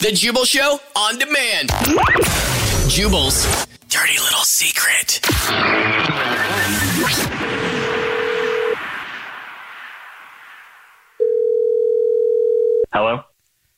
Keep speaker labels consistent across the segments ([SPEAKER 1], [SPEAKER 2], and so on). [SPEAKER 1] The Jubal Show on demand. Jubal's dirty little secret.
[SPEAKER 2] Hello?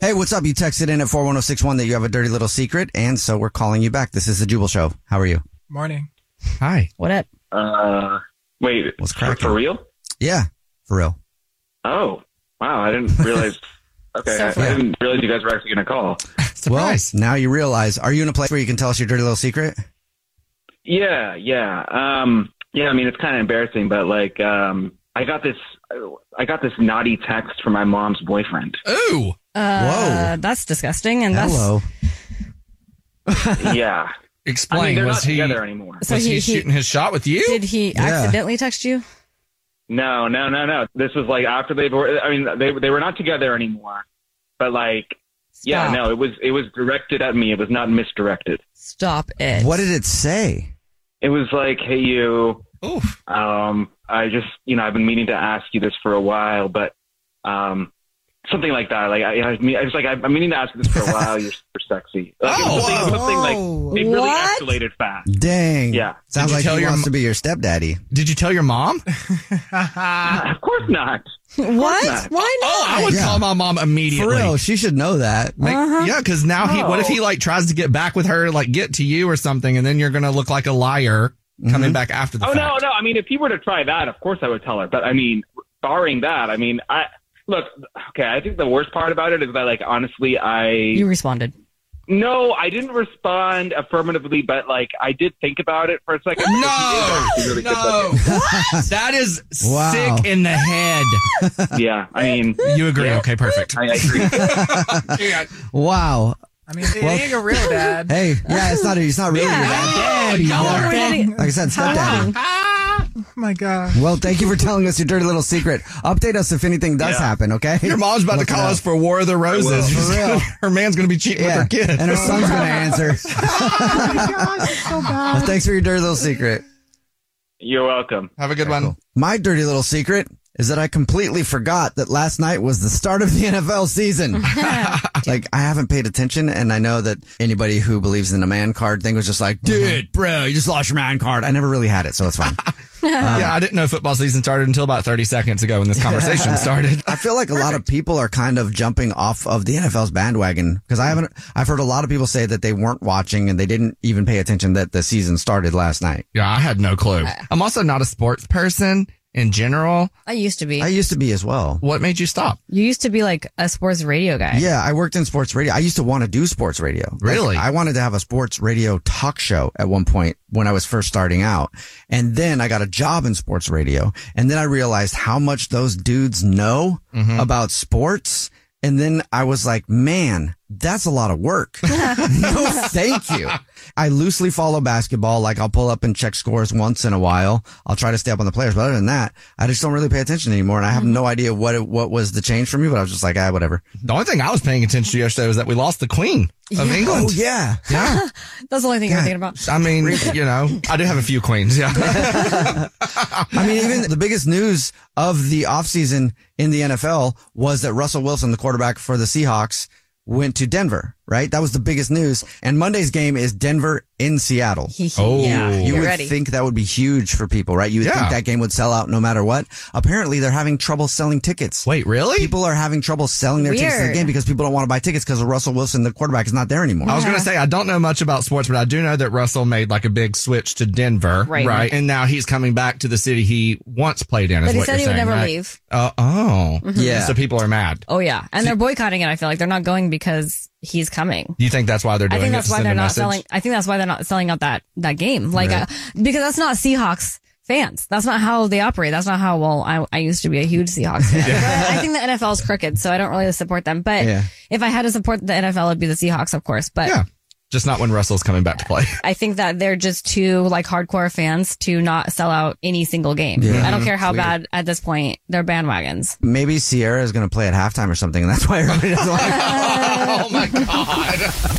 [SPEAKER 3] Hey, what's up? You texted in at 41061 that you have a dirty little secret, and so we're calling you back. This is the Jubal Show. How are you?
[SPEAKER 4] Morning.
[SPEAKER 3] Hi.
[SPEAKER 5] What up?
[SPEAKER 2] Uh, wait.
[SPEAKER 3] What's
[SPEAKER 2] for-
[SPEAKER 3] cracking?
[SPEAKER 2] For real?
[SPEAKER 3] Yeah, for real.
[SPEAKER 2] Oh, wow. I didn't realize. Okay. I, I didn't realize you guys were actually going to call.
[SPEAKER 4] Surprise.
[SPEAKER 3] Well, now you realize. Are you in a place where you can tell us your dirty little secret?
[SPEAKER 2] Yeah, yeah. Um, yeah, I mean, it's kind of embarrassing, but like, um, I got this, I got this naughty text from my mom's boyfriend.
[SPEAKER 4] Ooh.
[SPEAKER 5] Uh,
[SPEAKER 3] Whoa.
[SPEAKER 5] That's disgusting. And that's
[SPEAKER 3] Hello.
[SPEAKER 2] yeah. I
[SPEAKER 4] Explain.
[SPEAKER 2] mean, they're
[SPEAKER 4] was
[SPEAKER 2] not
[SPEAKER 4] he,
[SPEAKER 2] together anymore.
[SPEAKER 5] So
[SPEAKER 4] was he,
[SPEAKER 5] he- he-
[SPEAKER 4] shooting his shot with you?
[SPEAKER 5] did he accidentally text you?
[SPEAKER 2] No, no, no, no. This was like after they were, I mean, they, they were not together anymore, but like, yeah,
[SPEAKER 5] Stop.
[SPEAKER 2] no, it was, it was directed at me. It was not misdirected.
[SPEAKER 5] Stop it.
[SPEAKER 3] What did it say?
[SPEAKER 2] It was like, hey, you,
[SPEAKER 4] Oof.
[SPEAKER 2] Um, I just, you know, I've been meaning to ask you this for a while, but um, something like that. Like, I, I mean, I was like, I'm meaning to ask you this for a while. You're super sexy. Like, it was
[SPEAKER 4] Oh,
[SPEAKER 2] something, something
[SPEAKER 3] whoa.
[SPEAKER 2] like it really
[SPEAKER 5] What?
[SPEAKER 2] escalated fast.
[SPEAKER 3] Dang.
[SPEAKER 2] Yeah.
[SPEAKER 3] Sounds
[SPEAKER 4] Did you
[SPEAKER 3] like
[SPEAKER 4] tell
[SPEAKER 3] he
[SPEAKER 4] your
[SPEAKER 3] wants
[SPEAKER 4] mo-
[SPEAKER 3] to be your stepdaddy.
[SPEAKER 4] Did you tell your mom? Uh,
[SPEAKER 2] of course not.
[SPEAKER 5] What? Why not?
[SPEAKER 4] Oh, I would
[SPEAKER 3] Yeah.
[SPEAKER 4] call my mom
[SPEAKER 3] For
[SPEAKER 4] immediately.
[SPEAKER 3] real, she should know that.
[SPEAKER 4] Like,
[SPEAKER 6] Uh-huh.
[SPEAKER 4] Yeah, because now he. What if he
[SPEAKER 6] Oh.
[SPEAKER 2] No.
[SPEAKER 4] like tries to get back with her, like get to you or something, and then you're gonna look like a liar
[SPEAKER 3] Mm-hmm.
[SPEAKER 4] coming back after the
[SPEAKER 2] Oh
[SPEAKER 4] fact.
[SPEAKER 2] no, no. I mean, if he were to try that, of course I would tell her. But I mean, barring that, I mean, I look. Okay, I think the worst part about it is that, like, honestly, I
[SPEAKER 5] You responded.
[SPEAKER 2] no, I didn't respond affirmatively, but like, I did think about it for a second.
[SPEAKER 4] No,
[SPEAKER 2] She really could
[SPEAKER 4] no, that is
[SPEAKER 3] Wow.
[SPEAKER 4] sick in the head.
[SPEAKER 2] Yeah, I mean,
[SPEAKER 4] You agree? Okay, perfect.
[SPEAKER 2] I, I agree.
[SPEAKER 3] Wow.
[SPEAKER 6] I mean, it ain't a real dad.
[SPEAKER 3] Hey, yeah, it's not. He's not really your dad.
[SPEAKER 4] y'all
[SPEAKER 3] Yeah.
[SPEAKER 4] are
[SPEAKER 5] getting-
[SPEAKER 3] Like I said, stepdaddy.
[SPEAKER 6] Oh my god.
[SPEAKER 3] Well, thank you for telling us your dirty little secret. Update us if anything does
[SPEAKER 2] Yeah.
[SPEAKER 3] happen, okay?
[SPEAKER 4] Your mom's about
[SPEAKER 3] Look
[SPEAKER 4] to
[SPEAKER 3] it
[SPEAKER 4] call
[SPEAKER 3] up.
[SPEAKER 4] us for War of the Roses.
[SPEAKER 3] For real.
[SPEAKER 4] her man's gonna be cheating
[SPEAKER 3] Yeah.
[SPEAKER 4] with her kid.
[SPEAKER 3] And her son's going to answer.
[SPEAKER 6] Oh my gosh, it's so
[SPEAKER 3] Well,
[SPEAKER 6] bad.
[SPEAKER 3] thanks for your dirty little secret.
[SPEAKER 2] You're welcome.
[SPEAKER 4] Have a good one.
[SPEAKER 3] My dirty little secret is that I completely forgot that last night was the start of the NFL season. like I haven't paid attention and I know that anybody who believes in a man card thing was just like, dude, bro, you just lost your man card. I never really had it, so it's fine.
[SPEAKER 4] yeah, I didn't know football season started until about 30 seconds ago when this conversation started.
[SPEAKER 3] I feel like a lot of people are kind of jumping off of the NFL's bandwagon because I haven't, I've heard a lot of people say that they weren't watching and they didn't even pay attention that the season started last night.
[SPEAKER 4] Yeah, I had no clue. I'm also not a sports person in general.
[SPEAKER 5] I used to be.
[SPEAKER 3] I used to be as well.
[SPEAKER 4] What made you stop?
[SPEAKER 5] you used to be like a sports radio guy.
[SPEAKER 3] Yeah, I worked in sports radio. I used to want to do sports radio. Like,
[SPEAKER 4] Really?
[SPEAKER 3] I wanted to have a sports radio talk show at one point when I was first starting out. And then I got a job in sports radio. And then I realized how much those dudes know about sports. And then I was like, man, that's a lot of work. no, thank you. I loosely follow basketball. Like I'll pull up and check scores once in a while. I'll try to stay up on the players. But other than that, I just don't really pay attention anymore. And I have no idea what it, what was the change for me, but I was just like, ah, whatever.
[SPEAKER 4] The only thing I was paying attention to yesterday was that we lost the Queen of England.
[SPEAKER 3] Oh, yeah. Yeah.
[SPEAKER 5] That's the only thing I'm thinking about.
[SPEAKER 4] I mean, you know, I do have a few queens. Yeah.
[SPEAKER 3] I mean, even the biggest news of the offseason in the NFL was that Russell Wilson, the quarterback for the Seahawks, went to Denver, right? That was the biggest news. And Monday's game is Denver in Seattle.
[SPEAKER 4] Oh.
[SPEAKER 5] yeah,
[SPEAKER 4] You
[SPEAKER 3] You
[SPEAKER 5] you're
[SPEAKER 3] would
[SPEAKER 5] ready.
[SPEAKER 3] think that would be huge for people, right? You would
[SPEAKER 4] Yeah.
[SPEAKER 3] think that game would sell out no matter what. Apparently, they're having trouble selling tickets.
[SPEAKER 4] Wait, really?
[SPEAKER 3] People are having trouble selling their tickets to the
[SPEAKER 5] Weird.
[SPEAKER 3] game because people don't want to buy tickets because Russell Wilson, the quarterback, is not there anymore.
[SPEAKER 4] I was going to say, I don't know much about sports, but I do know that Russell made like a big switch to Denver.
[SPEAKER 5] Right.
[SPEAKER 4] And now he's coming back to the city he once played in. Is
[SPEAKER 5] But he
[SPEAKER 4] what
[SPEAKER 5] said
[SPEAKER 4] you're
[SPEAKER 5] he would
[SPEAKER 4] saying,
[SPEAKER 5] never
[SPEAKER 4] right?
[SPEAKER 5] leave. Mm-hmm.
[SPEAKER 4] Uh, oh.
[SPEAKER 3] Yeah.
[SPEAKER 4] So people are mad.
[SPEAKER 5] Oh yeah, and they're boycotting it. I feel like they're not going because he's coming.
[SPEAKER 4] You think that's why they're
[SPEAKER 5] I
[SPEAKER 4] doing
[SPEAKER 5] think
[SPEAKER 4] it?
[SPEAKER 5] that's
[SPEAKER 4] to
[SPEAKER 5] why
[SPEAKER 4] send
[SPEAKER 5] they're
[SPEAKER 4] a
[SPEAKER 5] not
[SPEAKER 4] message?
[SPEAKER 5] selling. I think that's why they're not selling out that that game. Like uh, because that's not Seahawks fans. That's not how they operate. That's not how well I, I used to be a huge Seahawks fan. But I think the NFL is crooked, so I don't really support them. But
[SPEAKER 3] Yeah.
[SPEAKER 5] if I had to support the NFL, it'd be the Seahawks, of course. But
[SPEAKER 4] Yeah. Just not when Russell's coming back to play.
[SPEAKER 5] I think that they're just too like hardcore fans to not sell out any single game. I don't care how bad at this point they're bandwagons.
[SPEAKER 3] Maybe Sierra is going to play at halftime or something, and that's why everybody doesn't like her.
[SPEAKER 4] oh my God.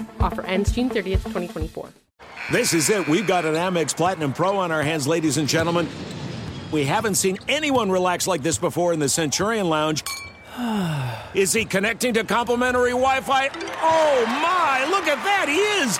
[SPEAKER 7] Offer ends June 30th, 2024.
[SPEAKER 8] This is it. We've got an Amex Platinum Pro on our hands, ladies and gentlemen. We haven't seen anyone relax like this before in the Centurion Lounge. Is he connecting to complimentary Wi Fi? Oh my, look at that! He is!